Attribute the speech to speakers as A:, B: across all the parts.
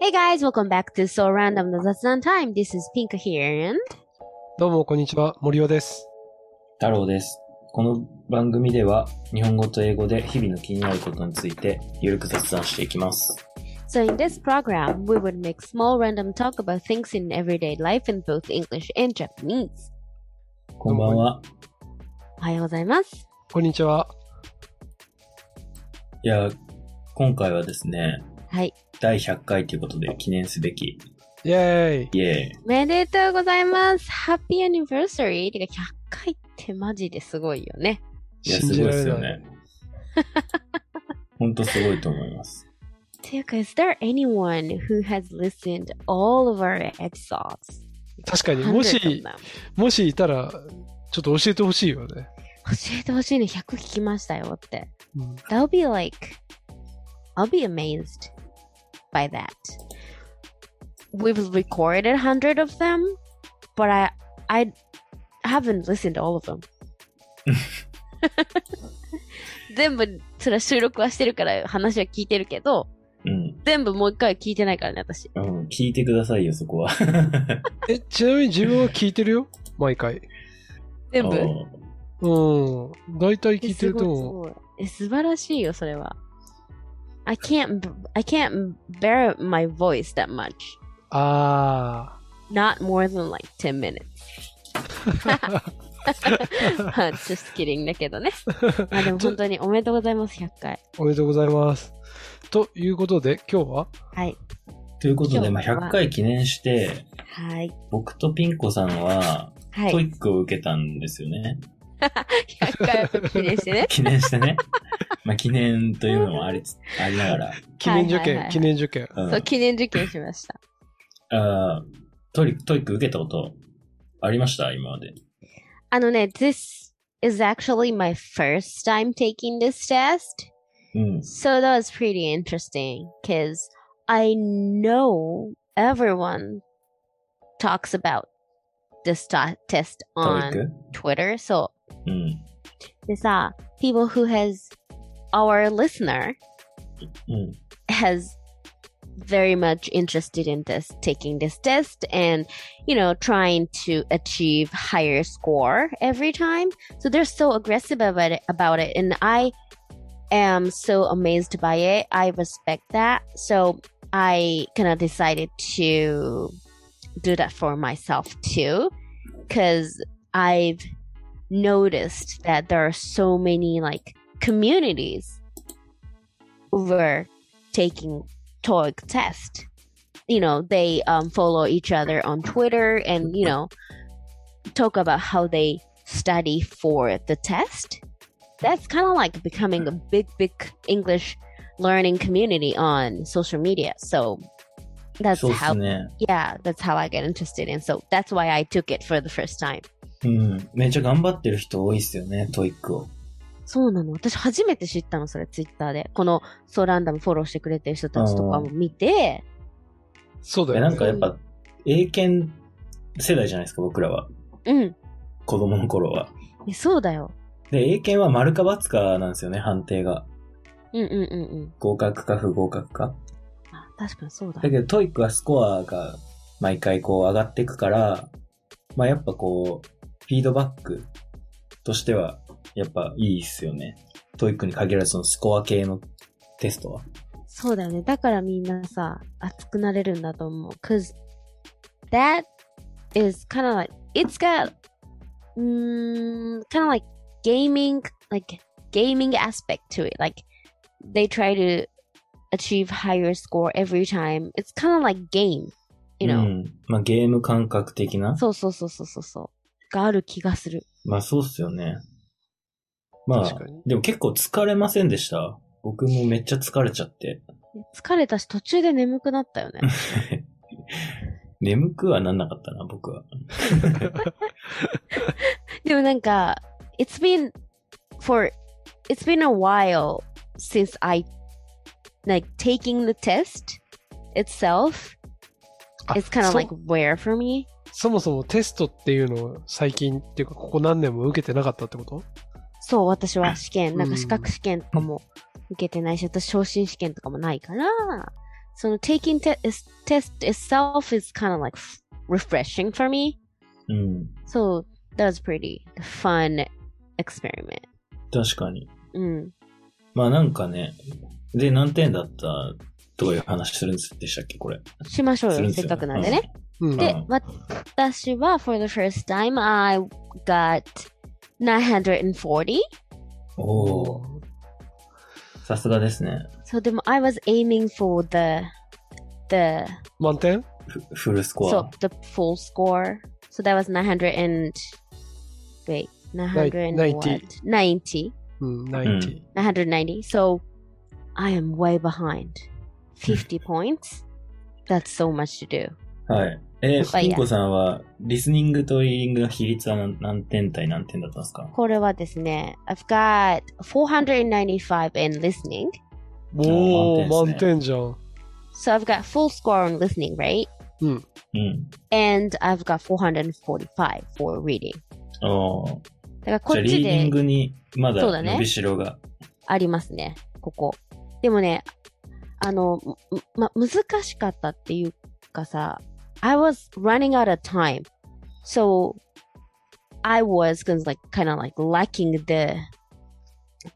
A: Hey guys, welcome back to So Random the Zatsudan Time. This is Pink here and
B: どうも、こんにちは。森尾です。
C: 太郎です。この番組では日本語と英語で日々の気になることについてゆるく雑談していきます。
A: so in this program, we would make small random talk about things in everyday life in both English and Japanese.
C: こんばんは。
A: おはようございます。
B: こんにちは。
C: いや、今回はですね、
A: はい。
C: 第100回ということで記念すべき、
B: イェーイ。
C: イエーイ。
A: おめでとうございます。Happy Anniversary! てか、100回ってマジですごいよね。
C: いや、すごいですよね。ほんとすごいと思います。
A: ていうか、is there anyone who has listened all of our episodes?
B: 確かに、
A: 100
B: も
A: of
B: し
A: them.、
B: もしいたら、ちょっと教えてほしいよね。
A: 教えてほしいね。100聞きましたよって。
B: うん、
A: That'll be like, I'll be amazed by that. We've recorded a hundred of them, but I, I haven't listened to all of them. 全部、それは収録はしてるから話は聞いてるけど、
C: うん。
A: 全部もう一回は聞いてないからね、私。
C: うん、聞いてくださいよ、そこは。
B: え、ちなみに自分は聞いてるよ。 毎回。
A: 全部。
C: おう
B: うん。大体聞いてると思う。
A: えすごいすごいえ素晴らしいよ、それは。I can't, I can't bear my voice that much.
B: あ
A: Not more than like 10 minutes.
B: ー。
A: まあ、just kidding だけどね。まあでも本当におめでとうございます、100回。
B: おめでとうございます。ということで、今日は
A: はい。
C: ということで、ま
A: 今
C: あ、
A: 日は
C: 100回記念して、
A: はい。
C: 僕とピンコさんは、
A: は
C: トイ
A: い。
C: ックを受けたんですよね。
A: 100回を記念してね。
C: 記念してね。 まあ、記念というのもあ りつ、ありながら。
B: 記念受
A: はいはいは
B: 験、
A: い
B: 記念受験。
C: うん
A: そう、記念受験しました。
C: あートイック、トイック受けたことありました今まで。
A: あのね、this is actually my first time taking this test.
C: うん。
A: So that was pretty interesting because I know everyone talks about this ta- test
C: トイッ
A: on
C: ク
A: Twitter. So
C: うん。
A: there's uh, people who has our listener
C: うん。
A: has very much interested in this taking this test and you know trying to achieve higher score every time so they're so aggressive about it about it and i am so amazed by it i respect that so i kind of decided to do that for myself too because i've noticed that there are so many like communities where taking TOEIC test. You know, they um, follow each other on Twitter and you know talk about how they study for the test. That's kind of like becoming a big, big English learning community on social media. So that's
C: そうです
A: how,
C: ね。
A: yeah, that's how I get interested in. So that's why I took it for the first time.
C: うん。めっちゃ頑張ってる人多いっすよね、トイックを。
A: そうなの。私初めて知ったの、それ、ツイッターで。この、ソーランダムフォローしてくれてる人たちとかも見て、
B: そうだ
C: え、
B: よ
C: な
B: ね
C: ん。かやっぱ、英検世代じゃないですか、僕らは。
A: うん、
C: 子供の頃は。
A: えそうだよ。
C: で、英検は丸か×かなんですよね、判定が。
A: うんうんうんうん。
C: 合格か不合格か。
A: あ確かにそうだ。
C: だけど、トイックはスコアが毎回こう上がっていくから、まあやっぱこう、フィードバックとしては、やっぱいいっすよね。トイックに限らずそのスコア系のテストは。
A: そうだよね。だからみんなさ、熱くなれるんだと思う。Cause that is kind of like, it's got, mm, kind of like gaming, like gaming aspect to it. Like they try to achieve higher score every time. It's kind of like game, you
C: う
A: know?
C: ん。まあゲーム感覚的な。
A: そうそうそうそうそうそう。がある気がする。
C: まあそうっすよね。まあ
B: 確かに、
C: でも結構疲れませんでした。僕もめっちゃ疲れちゃって。
A: 疲れたし途中で眠くなったよね。
C: 眠くはなんなかったな、僕は。
A: でもなんか、it's been for, it's been a while since I, like, taking the test itself.
C: Ah,
B: あ
A: It's kind of
B: そ
A: like rare for me.
B: そもそもテストっていうのを最近っていうか、ここ何年も受けてなかったってこと
A: そう、私は試験、なん
B: う
A: か
B: ん
A: 資格試験とかも受けてないし、私昇進試験とかもないから、その taking te- is- test itself is kind of like f- refreshing for me.
C: うん。
A: So that was pretty fun experiment.
C: 確かに。
A: うん。
C: まあなんかね、で、何点だったとかいう話するんでしたっけ、これ。
A: しましょう
C: する
A: よ、
C: んです
A: せっ
C: よ
A: かくなんでね。
B: うん。
A: で
C: うん、
A: 私は for the first time I got 940.
C: おおさすがですね。
A: So でも I was aiming for the the
B: 満点
C: フフルスコ
A: so
C: ア。
A: the full score. So that was 900 and wait 900 and
B: Ninety.
A: what? 90.
B: うん、90。
A: 990. So I am way behind. 50 points. That's so much to do.
C: はい。え
A: やっぱ
C: ー、
A: り
C: ピンコさんは、リスニングとリーディングの比率は何何点対何点だったんですか
A: これはですね、I've got 495 in listening.
B: おー、
C: 満点ですね
B: 満点じゃん。
A: So I've got full score on listening, right?
C: うん。
A: And I've got 445 for reading.
C: おー
A: だからこ
C: じゃ
A: っ
C: あ、リ
A: ち
C: ーディ
A: で
C: ングにまだ
A: そうだね
C: 伸びしろが。
A: ありますね、ここ。でもね、あの、ま、ま難しかったっていうかさ、I was running out of time. So, I was kind of like, kind of like lacking the,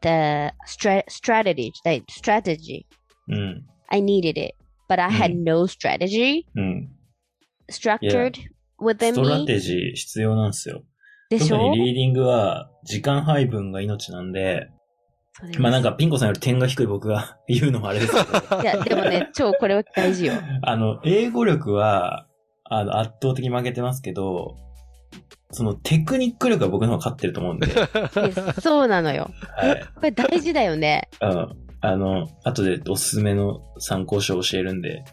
A: the stra strategy, like strategy.
C: うん。
A: I needed it, but I had no strategy
C: うん。
A: structured within
C: ストラ
A: me.
C: テジー必要なんですよ。
A: でし
C: 特
A: ょ
C: にリーディングは、時間配分が命なんで、
A: そうです
C: まあなんかピンコさんより点が低い僕が 言うのもあれですけど、
A: い や、でもね、超これは大事よ。
C: あの、英語力は、あの、圧倒的に負けてますけど、そのテクニック力は僕の方が勝ってる と思うんで、
A: でそうなのよ。
C: はい。
A: これ大事だよね。
C: うん。あの、後でおすすめの参考書を教えるんで、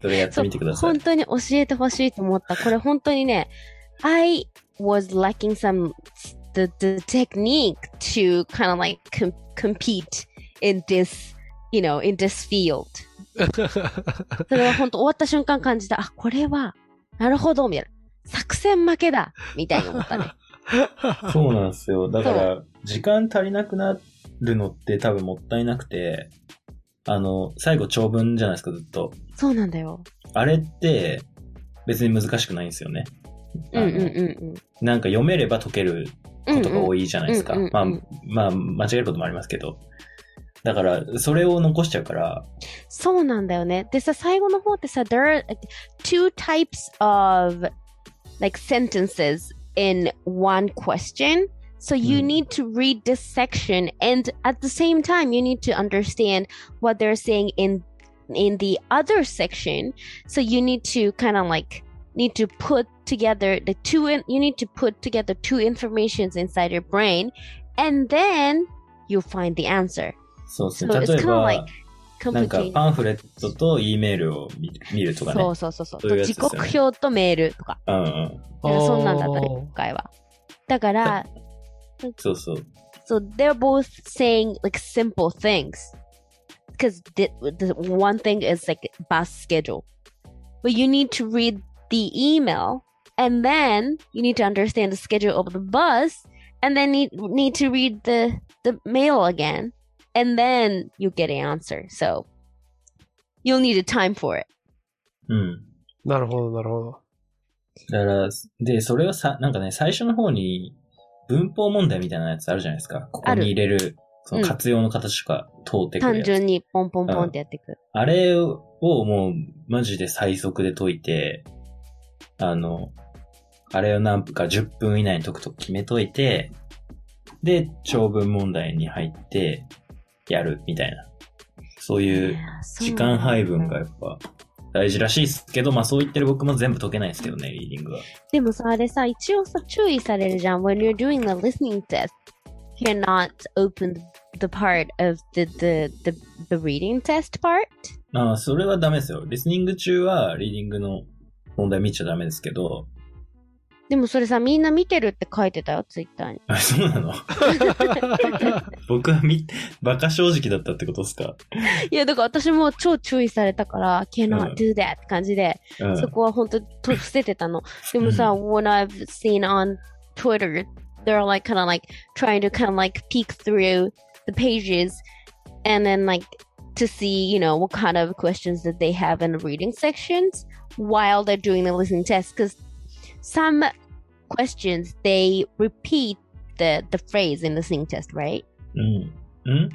C: それやってみてくださ
A: 本
C: い。
A: 当に教えてほしいと思った。これ本当にね、I was lacking some the, the technique to kind of like com compete in this, you know, in this field. それは本当終わった瞬間感じた。あ、これは、なるほど、みたいな。作戦負けだみたいに思った ね。
C: そうなんですよ。だから、時間足りなくなるのって多分もったいなくて、あの、最後長文じゃないですか、ずっと。
A: そうなんだよ。
C: あれって、別に難しくないんですよね。
A: うんうん
C: あ
A: うん
C: の
A: うん。
C: なんか読めれば解けることが多いじゃないですか。
A: うんうん
C: まあ
A: うんうん、
C: まあ、間違えることもありますけど。だから、それを残しちゃうから、
A: そうなんだよね。でさ、最後の方ってさ、there are like, two types of like sentences in one question. So you
C: うん
A: need to read this section and at the same time you need to understand what they're saying in in the other section. So you need to kind of like need to put together the two in, you need to put together two informations inside your brain and then you'll find the answer.
C: そうで
A: そ
C: すね。
A: う
C: 例え
A: it's kinda
C: ば、
A: like
C: なんか
A: Complicated.
C: パンフレットと E メールを見見るとかね。
A: そうそうそうそう。
C: そういうや
A: 時
C: つですよね
A: 刻表とメールとか。
C: うんうん。
A: なんかそんなんだったね、
B: あ
A: 今回は。だから、
C: そうそう。
A: so they're both saying like simple things. Because the, the one thing is like bus schedule. But you need to read the email and then you need to understand the schedule of the bus and then you need to read the, the mail again and then you get an answer. So you'll need a time for it.
C: うん。
B: なるほど、なるほ ど。
C: だから、で、それをさ、なんかね、最初の方に文法問題みたいなやつあるじゃないですか。ここ
A: ある
C: に入れる、その活用の形とか通ってくる
A: 単
C: やつ。
A: 純にポンポンポン
C: Uh-huh.
A: ってやっていく。
C: あれをもう、マジで最速で解いて、あの、あれを何分か10分以内に解くと決めといて、で、長文問題に入って、やるみたいな。そういう時間配分がやっぱ大事らしいですけど、まあそう言ってる僕も全部解けないですけどね、リーディングは。
A: でもさ、あれさ、一応さ、注意されるじゃん。When you're doing the listening test, you're not open the part of the, the, the, the reading test part.
C: ああ、それはダメですよ。リスニング中はリーディングの問題見ちゃダメですけど、
A: でもそれさ、みんな見てるって書いてたよ、ツイッターに。
C: あそうなの 僕はみ、バカ正直だったってことですか
A: いや、だから私も超注意されたから、
C: う
A: cannot
C: ん
A: do that って感じで、
C: うん。
A: そこは本当と伏せてたの。でもさ、when I've seen on Twitter, they're like kind of like trying to kind of like peek through the pages and then like to see, you know, what kind of questions that they have in the reading sections while they're doing the listening test. Because some questions they repeat the the phrase in the listening test, right?
C: うん。うん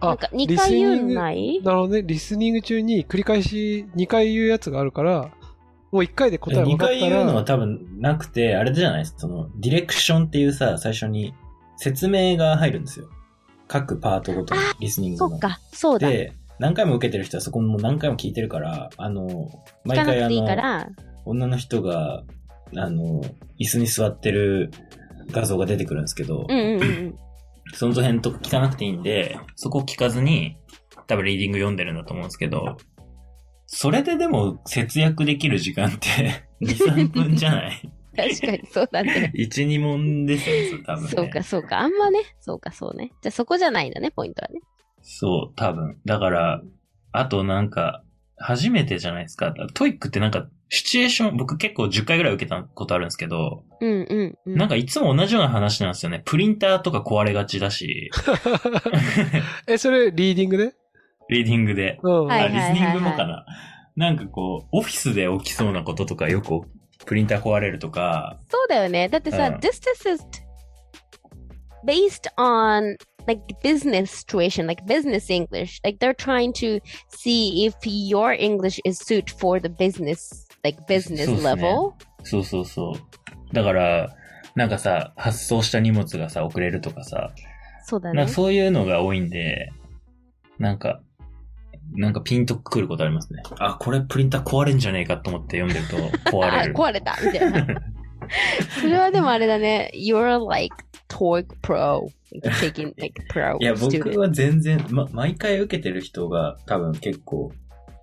A: な
B: あ
A: んか、2回言う
B: リスニング
A: のない
B: なるほどね。リスニング中に繰り返し2回言うやつがあるから、もう1回で答え分
C: 2
B: かった
C: 回言うのは
B: ら、
C: 多分なくて、あれじゃないその、ディレクションっていうさ、最初に説明が入るんですよ。各パートごとに、リスニング
A: そ
C: の。
A: うか、そうだ。聞
C: で、何回も受けてる人はそこも何回も聞いてるから、あの、毎
A: かな
C: 回
A: く
C: あ
A: ていいか
C: の、
A: ら、
C: 女の人が、あの、椅子に座ってる画像が出てくるんですけど、
A: うんうんうんうん。
C: その辺と聞かなくていいんで、そこ聞かずに、多分リーディング読んでるんだと思うんですけど、それででも節約できる時間って 2、3分じゃない
A: 確かにそうだね。
C: ?1、2問ですよね、それ多分、ね。
A: そうか、そうか。あんまね、そうか、そうね。じゃあそこじゃないんだね、ポイントはね。
C: そう、多分。だから、あとなんか、初めてじゃないですか。トイックってなんか、シチュエーション、僕結構10回ぐらい受けたことあるんですけど、
A: うんうんうん。
C: なんかいつも同じような話なんですよね。プリンターとか壊れがち だし、
B: え、それリーディングで
C: リーディングで。
B: うん。
A: はい
C: あリスニングもかな。なんかこう、オフィスで起きそうなこととかよく、プリンター壊れるとか、
A: そうだよね。だってさ、
C: うん
A: this test is based on like business situation, like business English. Like they're trying to see if your English is suit for the business, like business
C: そうっすね
A: level.
C: そうそうそう。だから、なんかさ、発送した荷物がさ、遅れるとかさ、
A: そうだ
C: なん
A: ね
C: か。そういうのが多いんで、なんか、なんかピンとくることありますね。あ、これプリンター壊れんじゃねえかと思って読んでる と壊
A: あ
C: れ、る。
A: 壊れたみたいな。 それはでもあれだね。You're like TOEIC Pro. Like, taking like pro
C: いや、僕
A: student.
C: は全然、ま、毎回受けてる人が多分結構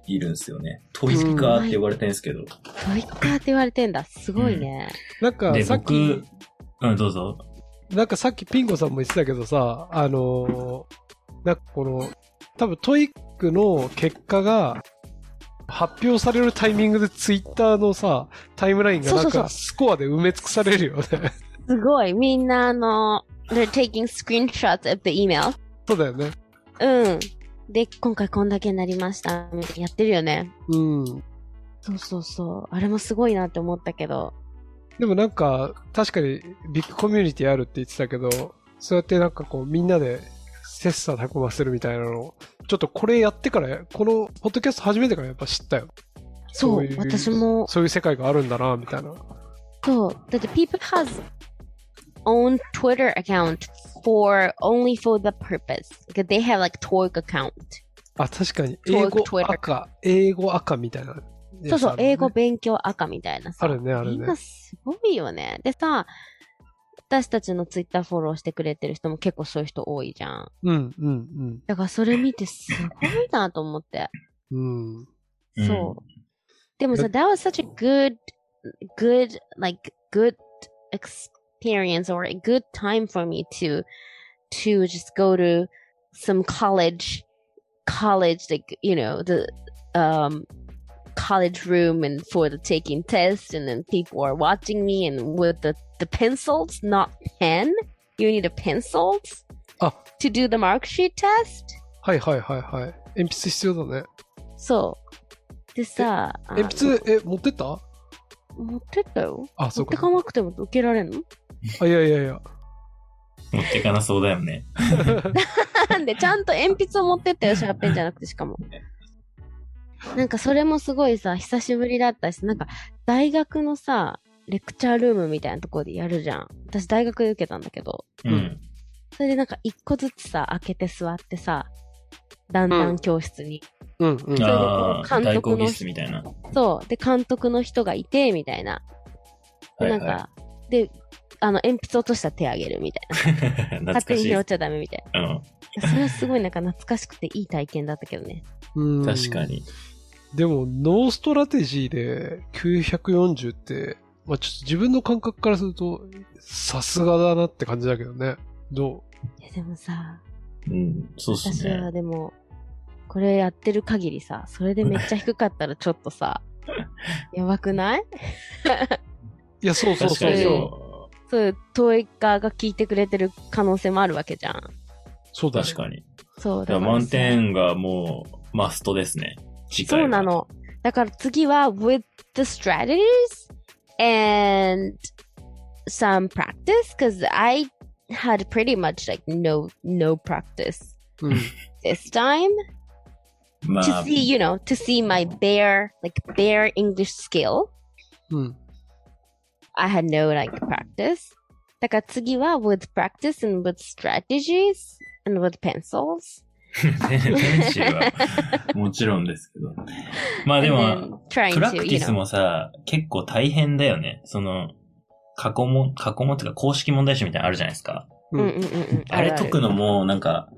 C: いるんですよね。トイスピカーって呼ばれてるんですけど。
A: TOEIC かって言われてんだ。すごいね。
B: なんか
C: で、
B: さっき
C: 僕、、うん、どうぞ。
B: なんかさっきピンコさんも言ってたけどさ、あのーなんかこの、多分トイックの結果が、発表されるタイミングでツイッターのさ、タイムラインがなん
A: そうそうそ
B: か
A: う
B: スコアで埋め尽くされるよね。
A: すごい。みんなあの、they're taking screenshots of the email.
B: そうだよね。
A: うん。で、今回こんだけになりました。やってるよね。
B: うん。
A: そうそうそう。あれもすごいなって思ったけど。
B: でもなんか、確かにビッグコミュニティあるって言ってたけど、そうやってなんかこうみんなで切磋琢磨するみたいなの、ちょっとこれやってから、このポッドキャスト始めてからやっぱ知ったよ。
A: そう、
B: い
A: 私も。
B: そういう世界があるんだな、みたいな。
A: そう。だって people has own Twitter account for only for the purpose. Like, they have like TOEIC account.
B: あ、確かに。
A: Talk
B: 英語
A: Twitter
B: 赤、英語赤みたいなやつあるね。
A: そうそう、英語勉強赤みたいなさ。
B: あるね、ある
A: みん
B: ね
A: な。すごいよね。でさ、私たちのツイッターフォローしてくれてる人も結構そういう人多いじゃん。
B: うん、うん、
A: だからそれ見てすごいなと思って。
B: うん。うん。
C: うん
A: そう。でもさ、that was such a good, good, like, good experience or a good time for me to, to just go to some college, college, like, you know, the, um, college room and for the taking test and then people are watching me and with the, the pencils, not pen. You need a pencils
B: Oh.
A: to do the mark sheet test.
B: はいはいはいはい。鉛筆必要だね。
A: そう。でさ、あの
B: 鉛筆、え、持ってった
A: 持ってったよ。
B: あ、
A: 持
B: そ
A: っ
B: う
A: て
B: か
A: か。なくても受けられんの
B: あ、いやいやいや。
C: 持ってかなそうだよね。
A: なんでちゃんと鉛筆を持ってったよ、シャーペンじゃなくてしかも。 なんかそれもすごいさ、久しぶりだったし、なんか大学のさ、レクチャールームみたいなところでやるじゃん。私大学で受けたんだけど、
C: う。
B: うん
A: それでなんか一個ずつさ、開けて座ってさ、だんだん教室に。
B: うん、うん。
C: ああ、
A: 監督の
C: 大講義室みたいな。
A: そう。で、監督の人がいて、みたいな。
C: は
A: でな
C: いは
A: ん
C: い
A: か、 で、あの、鉛筆落としたら手あげるみたいな。
C: 懐
A: 勝手
C: か
A: に
C: しい。
A: 拾っ
C: う
A: ちゃダメみたい
C: ん。
A: な。それはすごいなんか懐かしくていい体験だったけどね。
B: うん
C: 確かに。
B: でも、ノーストラテジーで940って、まあ、ちょっと自分の感覚からすると、さすがだなって感じだけどね。ど
A: いやでもさ、
C: うん、そうっす
A: 私は
C: ね。
A: でも、これやってる限りさ、それでめっちゃ低かったらちょっと さ、やばくないう
B: いや、そうそう
C: 確
B: そ
C: か
B: う
C: に
B: そう。
C: そ
A: そういうトイカーが聞いてくれてる可能性もあるわけじゃん。
B: そう
C: う。
B: だね
C: 確かに。
A: そう
D: だから
A: からさ
D: 満点がもうマストですね。次回は
A: そうな。の。だから次は with the strategies and some practice because I had pretty much like no no practice
B: うん
A: this time
D: ま
A: to
D: あ、
A: see you know to see my bare like bare English skill.
B: うん。
A: I had no like practice. だから次は with practice and with strategies and with pencils
D: 選手はもちろんですけど。まあで
A: and
D: も、
A: then trying
D: プラ
A: to
D: クティ
A: you
D: ス
A: know
D: もさ、結構大変だよね。その、過去問、過去問っていうか公式問題集みたいなのあるじゃないですか。
A: うんうんうんうん
D: あれ
A: る
D: 解
A: る
D: くのも、
C: もうなんか、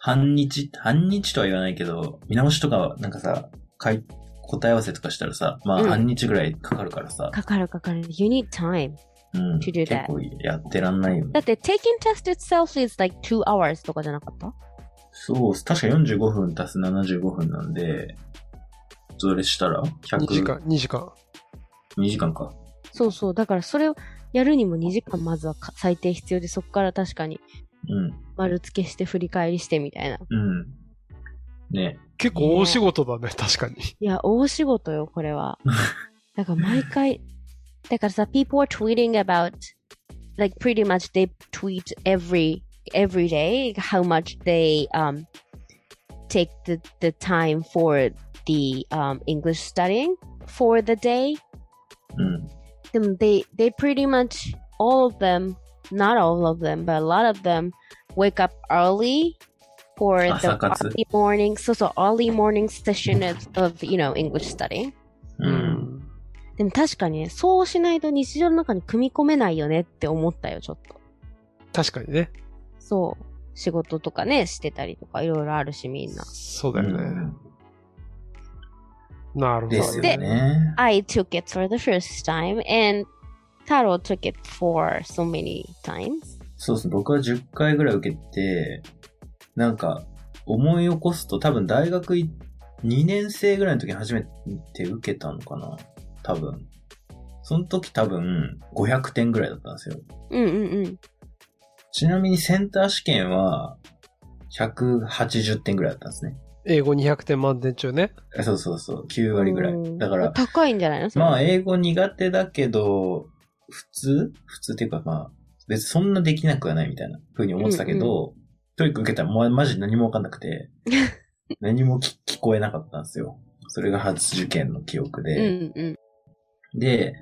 C: 半日、半日とは言わないけど、見直しとか、なんかさ、かい答え合わせとかしたらさ、まあ
A: うん
C: 半日ぐらいかかるからさ、
A: かかるかかる you need time
C: うん、
A: To
C: 結
A: do that
C: 構やってらんないよね
A: だっ。て taking test itself is like two hours とかじゃなかった
C: そうっす、確か45分足す75分なんで、それしたら100
B: 2時間、2時間。
C: 2時間か。
A: そうそう。だからそれをやるにも2時間まずはか最低必要で、そこから確かに
C: うん。
A: 丸付けして振り返りしてみたいな。
C: うん。ね。
B: 結構大仕事だね、確かに。
A: いや、大仕事よ、これ は。だから毎回、だからさ、people are tweeting about, like pretty much they tweet every, every day how much they, um, take the, the time for the, um, English studying for the day.
C: うん。
A: them they they pretty much all of them not all of them but a lot of them wake up early for the
C: 朝活。
A: early morning so so early morning session of, of you know english study
C: う。
B: うんん。
A: でも確かにねそうしないと日常の中に組み込めないよねって思ったよちょっと
B: 確かにね。
A: そう仕事とかねしてたりとかいろいろあるしみんな
B: そう
C: う
B: だよね。
C: ん
B: なるほど。
C: ですよね。
A: I took it for the first time and Taro took it for so many times
C: そうですね。僕は10回ぐらい受けて、なんか、思い起こすと多分大学2年生ぐらいの時に初めて受けたのかな多分。その時多分500点ぐらいだったんですよ。
A: うんうんうん
C: ちなみにセンター試験は180点ぐらいだったんですね。
B: 英語200点満点中ね。
C: あそうそうそう。9割ぐら
A: うん
C: い。だから、
A: 高いんじゃないのそれ
C: まあ、英語苦手だけど、普通普通っていうかまあ、別にそんなできなくはないみたいな風に思ってたけど、トイック受けたらもうマジ何もわかんなくて、 何も聞聞こえなかったんですよ。それが初受験の記憶
A: う
C: で。
A: んうん
C: で、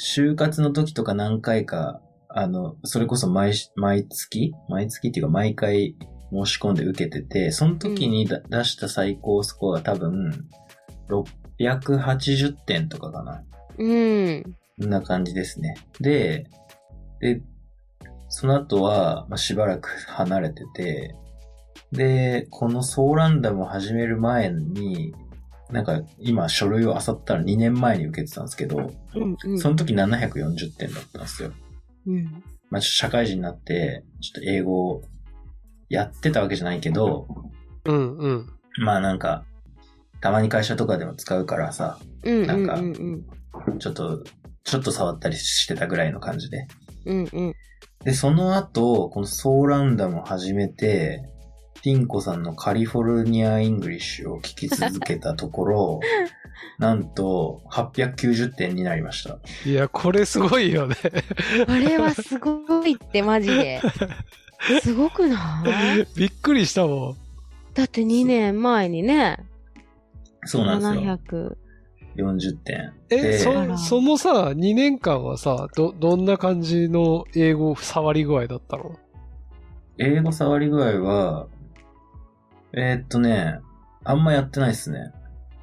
C: 就活の時とか何回か、あの、それこそ毎し、毎月毎月っていうか毎回申し込んで受けてて、その時にだ、出した最高スコアが多分、680点とかかな。
A: うん。
C: こんな感じですね。で、で、その後は、まあ、しばらく離れてて、で、このソーランダムを始める前に、なんか今書類を漁ったら2年前に受けてたんですけど、
A: うんうん
C: その時740点だったんですよ。
A: うん。
C: まあ、ちょっと社会人になって、ちょっと英語をやってたわけじゃないけど、
B: うんうん。
C: まあなんか、たまに会社とかでも使うからさ、
A: うん。
C: なんか
A: うんうん
C: ちょっと、ちょっと触ったりしてたぐらいの感じで。
A: うん。うん
C: で、その後、このソーランダムを始めて、ピンコさんのカリフォルニア・イングリッシュを聞き続けたところ、なんと、890点になりました。
B: いや、これすごい よね。
A: これはすごいって、マジで。すごくない
B: びっくりしたもん。
A: だって2年前にね、
C: そうなん
A: 700。
C: ですよ。40点。
B: え、
C: で
A: あら
B: そ、そのさ、2年間はさ、ど、どんな感じの英語触り具合だったの
C: 英語触り具合は、えーっとね、あんまやってないですね。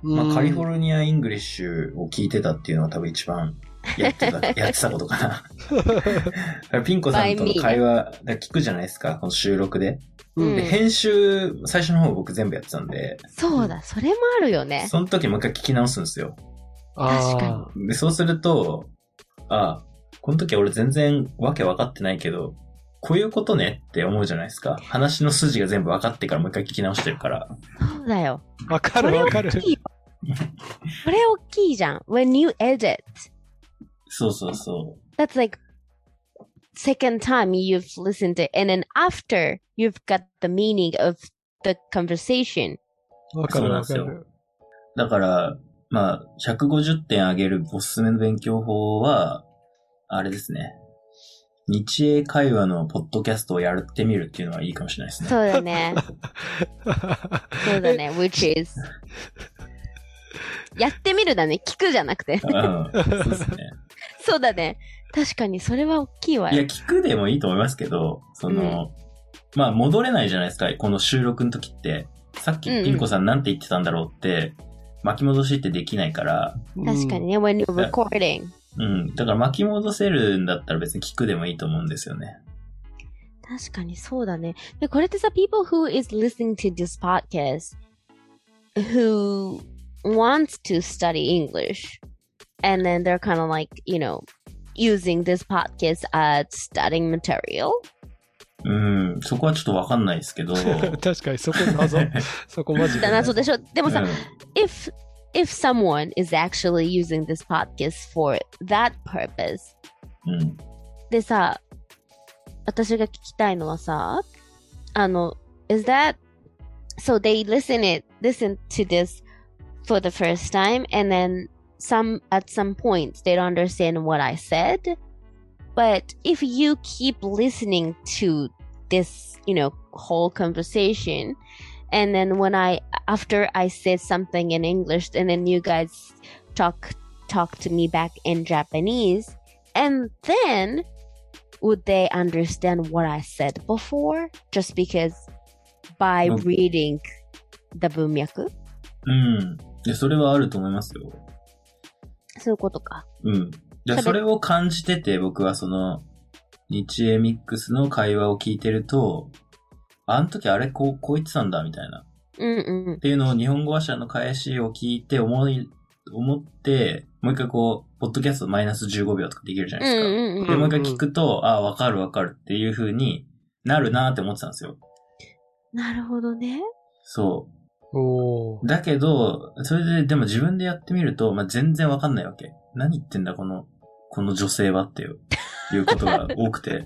C: まあ、カリフォ
B: ニ
C: ルニア・イングリッシュを聞いてたっていうのは多分一番やってた、やってたことかな。だからピンコさんとの会話、だから聞くじゃないですか、この収録で。
A: う
C: で
A: ん
C: 編集、最初の方僕全部やってたんで、
A: そうだ、それもあるよね。
C: その時もう一回聞き直すんですよ。
A: 確かに
B: あ
C: で、そうすると、あ、この時俺全然わけ分かってないけど、こういうことねって思うじゃないですか。話の筋が全部分かってからもう一回聞き直してるから。
A: そうだよ。
B: ーわか
A: こ
B: る
A: れ
B: わか
A: 大
B: る。
A: きいよ。これ大きいじゃん。When you edit,
C: そうそうそう。
A: that's like second time you've listened to it. And then after you've got the meaning of the conversation.
B: わかるわか
C: そうなんで
B: る。
C: だから、まあ、150点上げるおすすめの勉強法は、あれですね。日英会話のポッドキャストをやってみるっていうのはいいかもしれな いですね。
A: そうだね。そうだね。which is やってみるだね。聞くじゃなくて。
C: うん、そうですね。
A: そうだね。確かにそれは大きいわ
C: いや、。聞くでもいいと思いますけど、その、まあ、戻れないじゃないですか、この収録の時って。さっき、
A: うんうん
C: ピンコさんなんて言ってたんだろうって、巻き戻しってできないから、
A: 確かにね。when you're recording.
C: うん。だから巻き戻せるんだったら別に聞くでもいいと思うんですよね。
A: 確かにそうだね。で、これってさ、people who is listening to this podcast who wants to study English and then they're kind of like, you know, using this podcast as studying material.
C: うん。そこはちょっとわかんないですけど。
B: うん。確かに、そこ 謎。そこマジで。
A: だな、そうでしょ。でもさ、
C: うん
A: if if someone is actually using this podcast for that purpose,
C: うん。
A: でさ、私が聞きたいのはさ、あの、is that, so they listen it, listen to this for the first time and then some, at some point they don't understand what I said. But if you keep listening to this, you know, whole conversation, and then when I, after I said something in English and then you guys talk, talk to me back in Japanese, and then would they understand what I said before? Just because by
C: Okay.
A: reading the 文脈
C: うん。で、それはあると思いますよ。
A: そういうことか。
C: うん。で、
A: それ
C: それを感じてて、僕はその、日英ミックスの会話を聞いてると、あの時あれこう、こう言ってたんだ、みたいな。
A: うんうん
C: っ。ていうのを日本語話者の返しを聞いて思い、思って、もう一回こう、ポッドキャストマイナス15秒とかできるじゃ
A: う
C: なんいですか。
A: うん
B: で
A: う
C: で、
A: ん。
C: もう一回聞くと、ああ、わかるわかるっていう風になるなーって思ってたんですよ。
A: なるほどね。
C: そ
B: お
C: う。だけど、それで、でも自分でやってみると、まあ、全然わかんないわけ。何言ってんだ、この、この女性はっていう、いうことが多くて。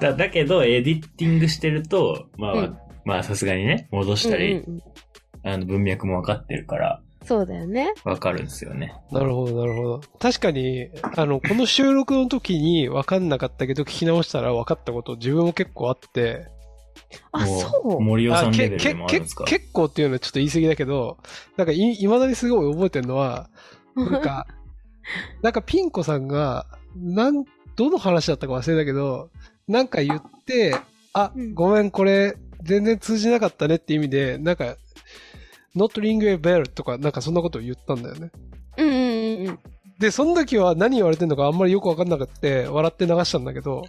D: だだけど、エディティングしてると、まあ、
A: うん
D: まあ、さすがにね、戻したり、
A: うんうんうん
D: あの、文脈も分かってるから、
A: そうだよね。
D: 分かるんですよね。
B: なるほど、なるほど。確かに、あの、この収録の時に分かんなかったけど、聞き直したら分かったこと、自分も結構あって。
A: あ、
D: も
A: そう。
D: 森尾さ
B: あ
D: んレ
B: け
D: ベル
B: け
D: でもあるんですか
B: け結構っていうのはちょっと言い過ぎだけど、なんかい、いまだにすごい覚えてるの は、なんか、なんかピン子さんが、なん、どの話だったか忘れたけど、なんか言って、あ
A: う、ん
B: ごめん、これ、全然通じなかったねって意味で、なんか、not ring a bell とか、なんかそんなことを言ったんだよね。
A: うんうんうんうん。
B: で、その時は何言われてんのかあんまりよくわかんなくて、笑って流したんだけど、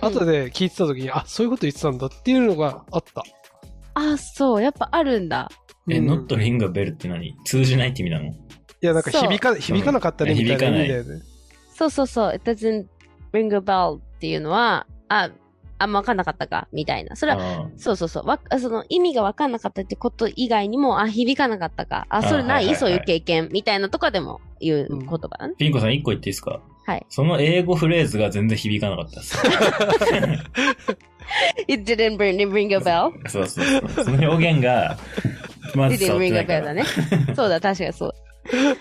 B: 後で聞いてた時に、あ、そういうこと言ってたんだっていうのがあった。
A: あ、そう。やっぱあるんだ。
D: え、
B: うん
D: ノットリングベルって何通じないって意味なの
B: いや、なんか
A: そう
B: 響か、響かなかったね、みたいな意味だよね。
A: そうそうそう。it doesn't ring a bell っていうのは、あ、あんまわかんなかったか、みたいな。それは
D: あ
A: そうそうそう。わその意味が分かんなかったってこと以外にも、あ、響かなかったか。あ、それ
D: あ
A: な、
D: はいはいはいい
A: そういう経験みたいなとかでも言う
B: うん
A: 言葉だね。
D: ピンコさん一個言っていいですか
A: はい。
D: その英語フレーズが全然響かなかったです。
A: It didn't ring, ring a bell.
D: そうそうそう。その表現が、まず
A: Didn't
D: 触って
A: ring
D: な
A: a
D: いか
A: bell だ
D: ら。
A: ね。そうだ、確かにそう。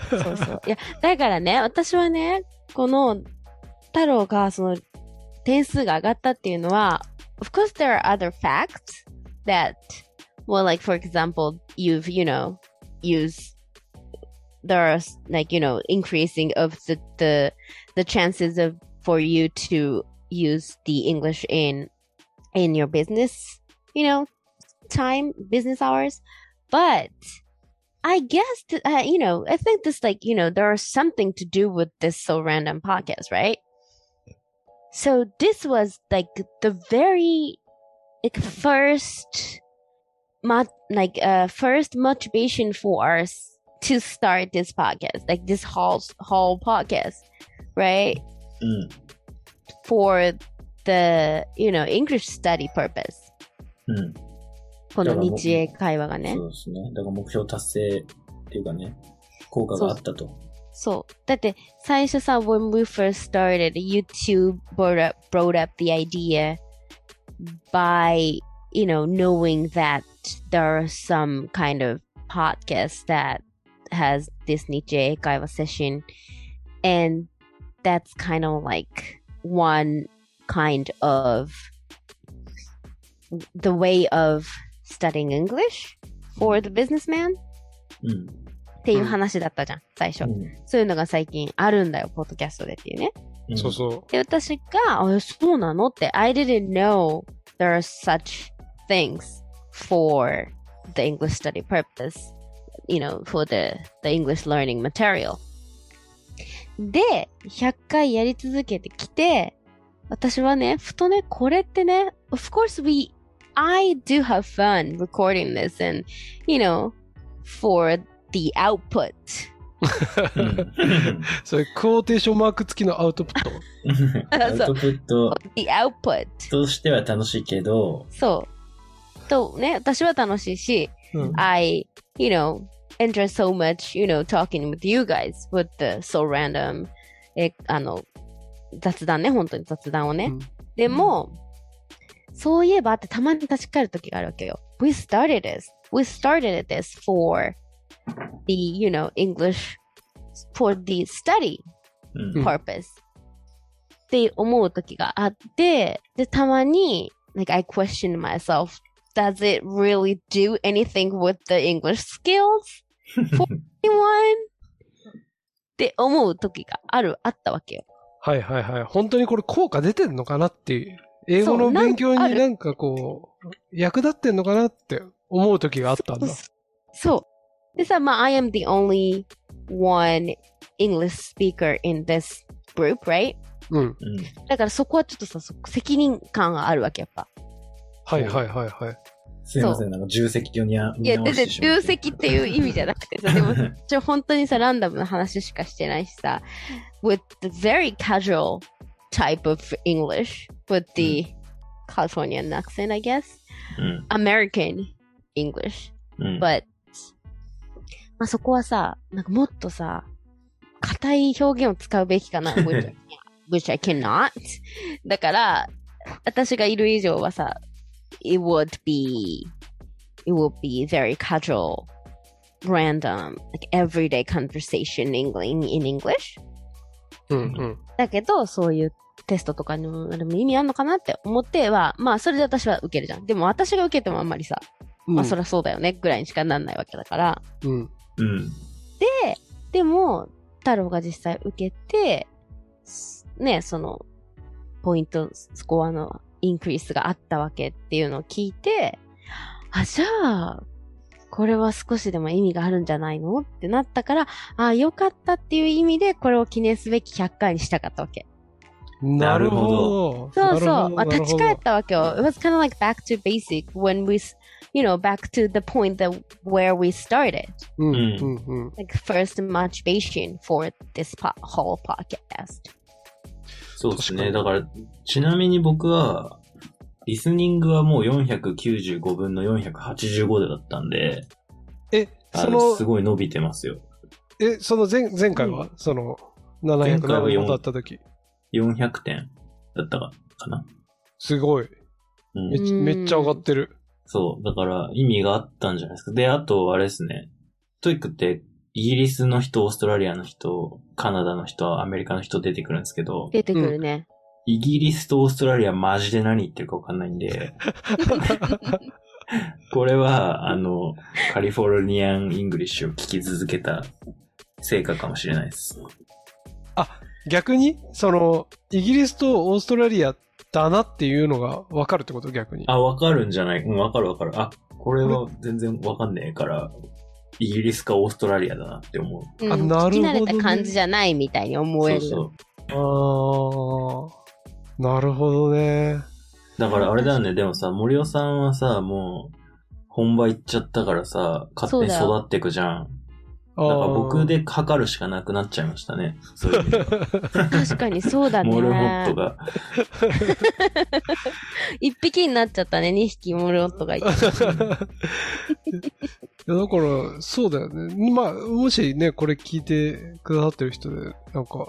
A: そうそう。いや、だからね、私はね、この、太郎がその、点数が上がったっていうのは、of course there are other facts that, well, like, for example, you've, you know, used there are like you know increasing of the the the chances of for you to use the english in in your business you know time business hours but i guess th- uh, you know i think this like you know there is something to do with this so random podcast right so this was like the very like first mo- like uh first motivation for us to start this podcast like this whole whole podcast right
C: うん。
A: for the you know english study purpose
C: うん。
A: この
C: だからもう
A: 日英会話がね
C: そうですね。だから目標達成っていうかね、効果があったと。
A: そう。だって、最初さ、when we first started, YouTube brought up, brought up the idea by, you know, knowing that there are some kind of podcast that has this Niche Kaiwa session. And that's kind of like one kind of the way of studying English for the businessman
E: うん。
A: っていう話だったじゃん、最初。そういうのが最近あるんだよ、ポッドキャストでっていうね。
E: うん
B: そうそ
A: で、私が、あ、そうなのって、I didn't know there are such things for the English study purpose, you know, for the, the English learning material. で、100回やり続けてきて、私はね、ふとね、これってね、of course we, I do have fun recording this and, you know, for the output.
B: う。
C: うん
B: それ、クォーテーションマーク付きのアウトプット。
E: アウトプット
A: the output.
E: としては楽しいけど、
A: そう。とね、私は楽しいし、
B: うん
A: I, you know, enjoy so much, you know, talking with you guys with the so random, え、あの、雑談ね、本当に雑談をね。
B: うん
A: でも、そういえばってたまに立ち返る時があるわけよ。We started this. We started this for the, you know, English, for the study
E: うん
B: うん
A: purpose、って思う時があって、で、たまに、like, I question myself, does it really do anything with the English skills? Anyone? って思う時がある、あったわけよ。
B: はいはいはい。本当にこれ効果出てんのかなっていう。英語
A: そ
B: の
A: うなん
B: 勉強
A: あ
B: に
A: る
B: なんかこう、役立ってんのかなって思う時があったんだ。
A: そう。でさ、まあ、I am the only one English speaker in this group, right?
B: うん。
E: うん
A: だからそこはちょっとさ、そ責任感があるわけ、やっぱ。
B: はいはいはいはい。
E: すいません、なんか重責をにゃ
A: いや、
E: 見直
A: だ
E: し
A: っ、
E: ててしま
A: 重責っていう意味じゃなくてさ、 でも
E: うん
A: ちょ、本当にさ、ランダムな話しかしてないしさ、with the very casual type of English, with the Californian accent, I guess,
C: うん。
A: American English,
C: うん。
A: but まあそこはさ、なんかもっとさ、硬い表現を使うべきかな、which I, which I cannot. だから、私がいる以上はさ、it would be, it would be very casual, random, like everyday conversation in, in in English.
B: うんうん。
A: だけど、そういうテストとかにもでも意味あるのかなって思っては、まあそれで私は受けるじゃん。でも私が受けてもあんまりさ、まあそりゃそうだよねぐらいにしかなんないわけだから、
B: うん。
C: うん。
A: でも、太郎が実際受けて、すね、その、ポイント、スコアのインクリースがあったわけっていうのを聞いて、あ、じゃあ、これは少しでも意味があるんじゃないのってなったから、あ、よかったっていう意味で、これを記念すべき100回にしたかったわけ。
B: なるほど。
A: そう
B: な
A: そ
B: る
A: う。
B: ほ
A: まあ、
B: どなるほど
A: 立ち返ったわけよ。It was kind of like back to basic when we, s- you know, back to the point that where we started.
B: うんうんうん。
A: Like first motivation for this po- whole podcast.
C: そうです
B: 確
C: ね。だから、ちなみに僕は、リスニングはもう495分の485だったんで、
B: え、
C: あ
B: そ
C: の、
B: の
C: す、ごい伸びてますよ。
B: え、その前、前回は、その、
C: 前回は
B: 700
C: 4
B: 円だった時。
C: 400点だったかな。
B: すごい。
C: うん
B: めっち
A: うん
B: めっちゃ上がってる。
C: そう。だから、意味があったんじゃないですか。で、あと、あれですね。トイックって、イギリスの人、オーストラリアの人、カナダの人、アメリカの人出てくるんですけど、
A: 出てくるね。
C: イギリスとオーストラリアマジで何言ってるかわかんないんで、これは、あの、カリフォルニアン・イングリッシュを聞き続けた成果かもしれないです。
B: 逆に、その、イギリスとオーストラリアだなっていうのがわかるってこと逆に。
C: あ、わかるんじゃないうん、わかるわかる。あ、これは全然わかんねえから、イギリスかオーストラリアだなって思う。
A: うん
B: あなる
A: 聞き
B: ほどね
A: 慣れた感じじゃないみたいに思
C: そ
A: え
C: う
A: る。
C: そう。
B: あー。なるほどね。
C: だからあれだよね、でもさ、森尾さんはさ、もう、本場行っちゃったからさ、勝手に
A: そうだよ
C: 育ってくじゃん。
B: あ
C: だ
B: ー
C: から僕。で測るしかなくなっちゃいましたね。そういう意味では
A: 確かにそうだね。
C: モルモットが。
A: 一匹になっちゃったね、二匹モルモットが いて。
B: いや、だから、そうだよね。まあ、もしね、これ聞いてくださってる人で、なんか、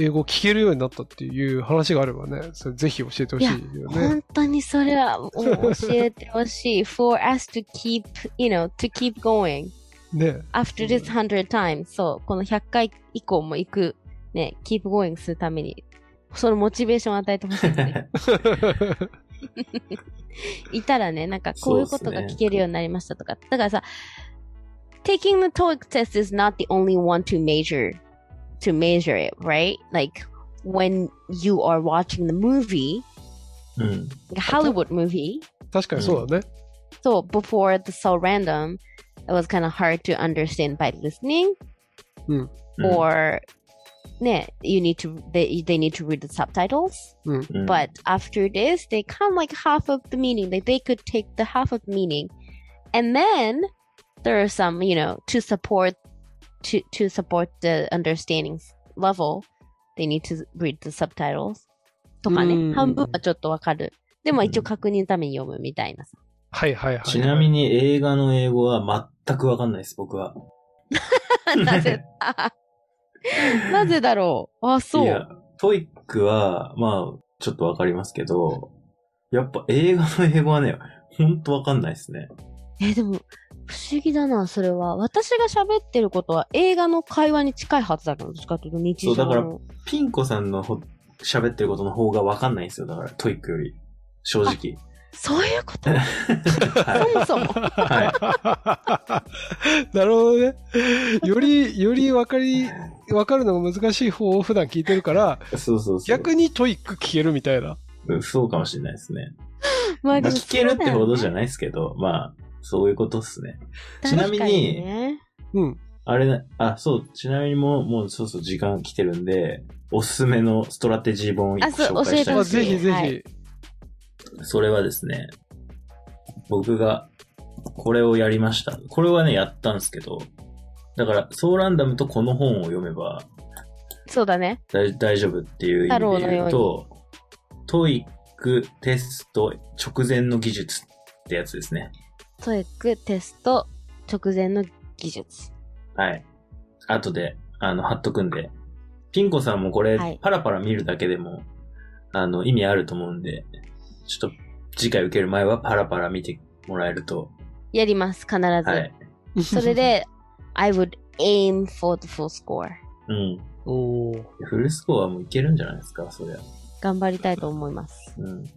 B: 英語聞けるようになったっていう話があればね、それぜひ教えてほしいよね。
A: 本当にそれはもう教えてほしい。for us to keep, you know, to keep going
B: ね。
A: after this hundred times. そう、この100回以降も行く、ね、keep going するために、そのモチベーションを与えてほしい、ね。いたらね、なんかこういうことが聞けるようになりましたとか。だからさ、taking the TOEIC test is not the only one to measure, to measure it, right? Like, when you are watching the movie,
C: うん。
A: the Hollywood movie,
B: 確かにそうだね。
A: so before the so random, it was kind of hard to understand by listening,
C: うん
A: or ね、you need to, they, they need to read the subtitles.
C: うん
A: but after this they come like half of the meaning like they could take the half of meaning and then there are some you know to support to to support the understanding level they need to read the subtitles とか
B: うん
A: ね半分はちょっとわかるでも一応確認のために読むみたい なさ
B: はいはいはい。
C: ちなみに映画の英語は全くわかんないです、僕は。
A: なぜなぜだろうあそ
C: いうや、トイックは、まあ、ちょっとわかりますけど、やっぱ映画の英語はね、ほんとわかんないですね。
A: えでも不思議だなそれは私が喋ってることは映画の会話に近いはずだけどどっちかというと日常の
C: そうだからピンコさんのほ喋ってることの方がわかんないんですよ、だから、トイックより。正直。
A: そういうこと
C: はい。
A: そもそも。
C: はい。
B: なるほどね。より、より分かり、分かるのが難しい方を普段聞いてるから、
C: そうそうそう。
B: 逆にトイック聞けるみたいな。
C: うんそうかもしれないですね。
A: ま
C: まあ、聞けるってほどじゃ
A: ん。
C: ないですけど、まあ、そういうことっすね。ちなみに
A: 確かね
B: うん。
C: あれな、あ、そう、ちなみにもう、もうそうそう時間来てるんで、おすすめのストラテジー本を一個
A: あそう
C: 紹介したい
B: ま
C: んで
B: あ、
C: すけ
B: ぜ
C: ど
B: ひぜ
A: は
B: ひ
A: い。
C: それはですね、僕がこれをやりました。これはね、やったんですけど、だから、ソーランダムとこの本を読めば
A: そうだね。
C: 大大丈夫っていう意味で言う
A: 太
C: と、トイックテスト直前の技術ってやつですね。
A: トイック、テスト、直前の技術。
C: はい。後で、あの、貼っとくんで。ピンコさんもこれ、
A: はい
C: パラパラ見るだけでも、あの、意味あると思うんで、ちょっと次回受ける前はパラパラ見てもらえると、
A: やります、必ず。
C: はい。
A: それ。で、I would aim for the full score.
C: うん。
B: おー
C: フルスコアもいけるんじゃないですか、そりゃ。
A: 頑張りたいと思います。
C: うん。で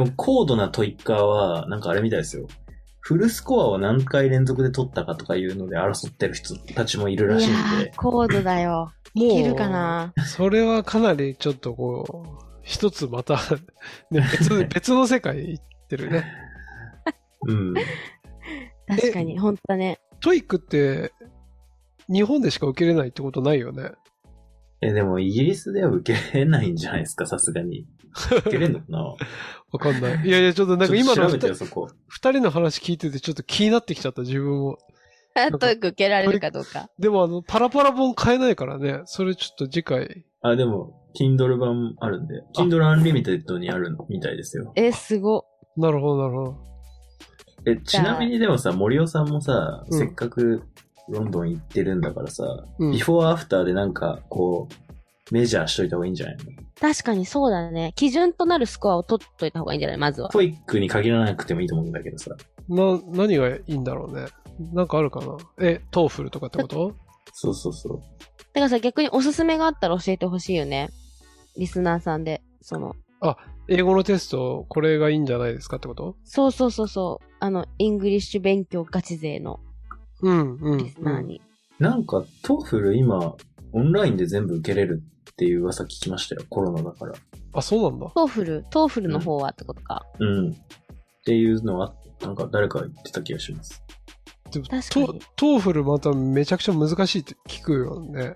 C: も、高度なトイッカーは、なんかあれみたいですよ。フルスコアを何回連続で取ったかとかいうので争ってる人たちもいる
A: いや
C: らしいんで
A: ー、、高度だよ。いけるかな
B: それはかなりちょっとこう、一つまた、ね、 別、別の世界行ってるね。
C: うん。
A: 確かに、本当だね。
B: トイックって、日本でしか受けれないってことないよね。
C: え、でも、イギリスでは受けれないんじゃないですか、さすがに。受けれんのかな
B: わかんない。いやいや、 ちょっとなんか今
C: ちょっ
B: の
C: と調べてよ、
B: 二
C: そこ。
B: 二人の話聞いててちょっと気になってきちゃった、自分も。んか
A: トイック受けられるかどうか。
B: でもあの、パラパラ本買えないからね。それちょっと次回。
C: あ、でも、Kindle 版あるんで。Kindle Unlimited にあるみたいですよ。
A: え、すご。
B: なるほど、なるほど。
C: え、ちなみにでもさ、森尾さんもさ、
B: うん
C: せっかくロンドン行ってるんだからさ、
B: うん
C: ビ。フォーアフターでなんか、こう、メジャーしといた方がいいんじゃないの
A: 確かにそうだね。基準となるスコアを取っといた方がいいんじゃないまずは。
C: トイックに限らなくてもいいと思うんだけどさ。
B: な、何がいいんだろうね。なんかあるかなえ、トーフルとかってこと
C: そうそうそう。
A: だからさ、逆におすすめがあったら教えてほしいよね。リスナーさんで。その、
B: 英語のテスト、これがいいんじゃないですかってこと
A: そうそうそうそう。あの、イングリッシュ勉強ガチ勢の
B: うん、う
A: リ
B: ん
A: ス。ナーに。
C: なんか、トーフル今、オンラインで全部受けれるっていう噂聞きましたよ。コロナだから。
B: あ、そうなんだ。
A: トーフル、トーフルの方はってことか。
C: うん。っていうのは、なんか誰か言ってた気がします。
B: でも
A: 確か
B: ト
A: に
B: トーフルまためちゃくちゃ難しいって聞くよね。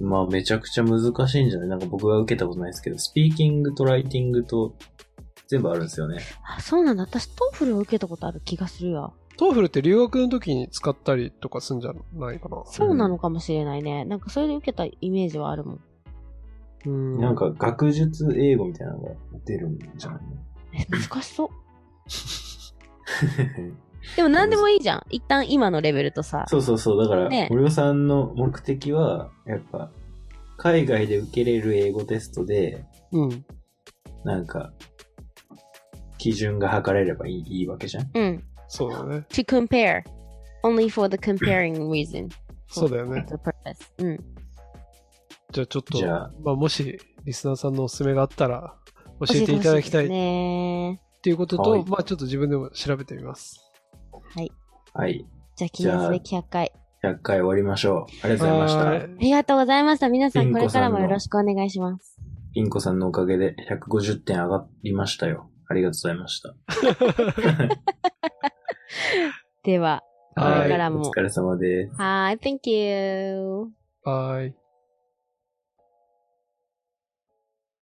C: まあ、めちゃくちゃ難しいんじゃないなんか僕は受けたことないですけど、スピーキングとライティングと、全部あるんですよね。
A: あ、そうなんだ。私、トーフルを受けたことある気がするわ。
B: トーフルって留学の時に使ったりとかするんじゃないかな。
A: そうなのかもしれないね。なんか、それで受けたイメージはあるもん。
B: うん。
C: なんか、学術英語みたいなのが出るんじゃないの
A: え難しそう。でも何でもいいじゃん。一旦今のレベルとさ。
C: そうそうそう。だから、
A: ね
C: 森尾さんの目的は、やっぱ、海外で受けれる英語テストで、
B: うん。
C: なんか、基準が測れればいいいいわけじゃん。
A: うん。
B: そうだね。
A: To compare. Only for the comparing reason.
B: そうだよね。
A: The purpose. うん。
B: じゃあちょっと
C: じゃあ、
B: まあ、もし、リスナーさんのおすすめがあったら、教えていただき
A: 教えてほしで
B: たい
A: す
B: っ
A: ね。
B: ていうこと
C: は
B: と、
C: い
B: まあ、ちょっと自分でも調べてみます。
A: はい。
C: はい。
A: じゃあ記念すべき100回。
C: 100回終わりましょう。ありがとうございまし
B: は
C: た。
B: い
A: ありがとうございました。皆さん、
C: ピン
A: これ
C: 子
A: か
C: さ
A: ら
C: んの
A: もよろしくお願いします。
C: ピンコさんのおかげで150点上がりましたよ。ありがとうございました。
A: では、
B: はい
A: これから
C: お
A: も
C: 疲。れ様です。
A: はい、Thank you.
B: はい。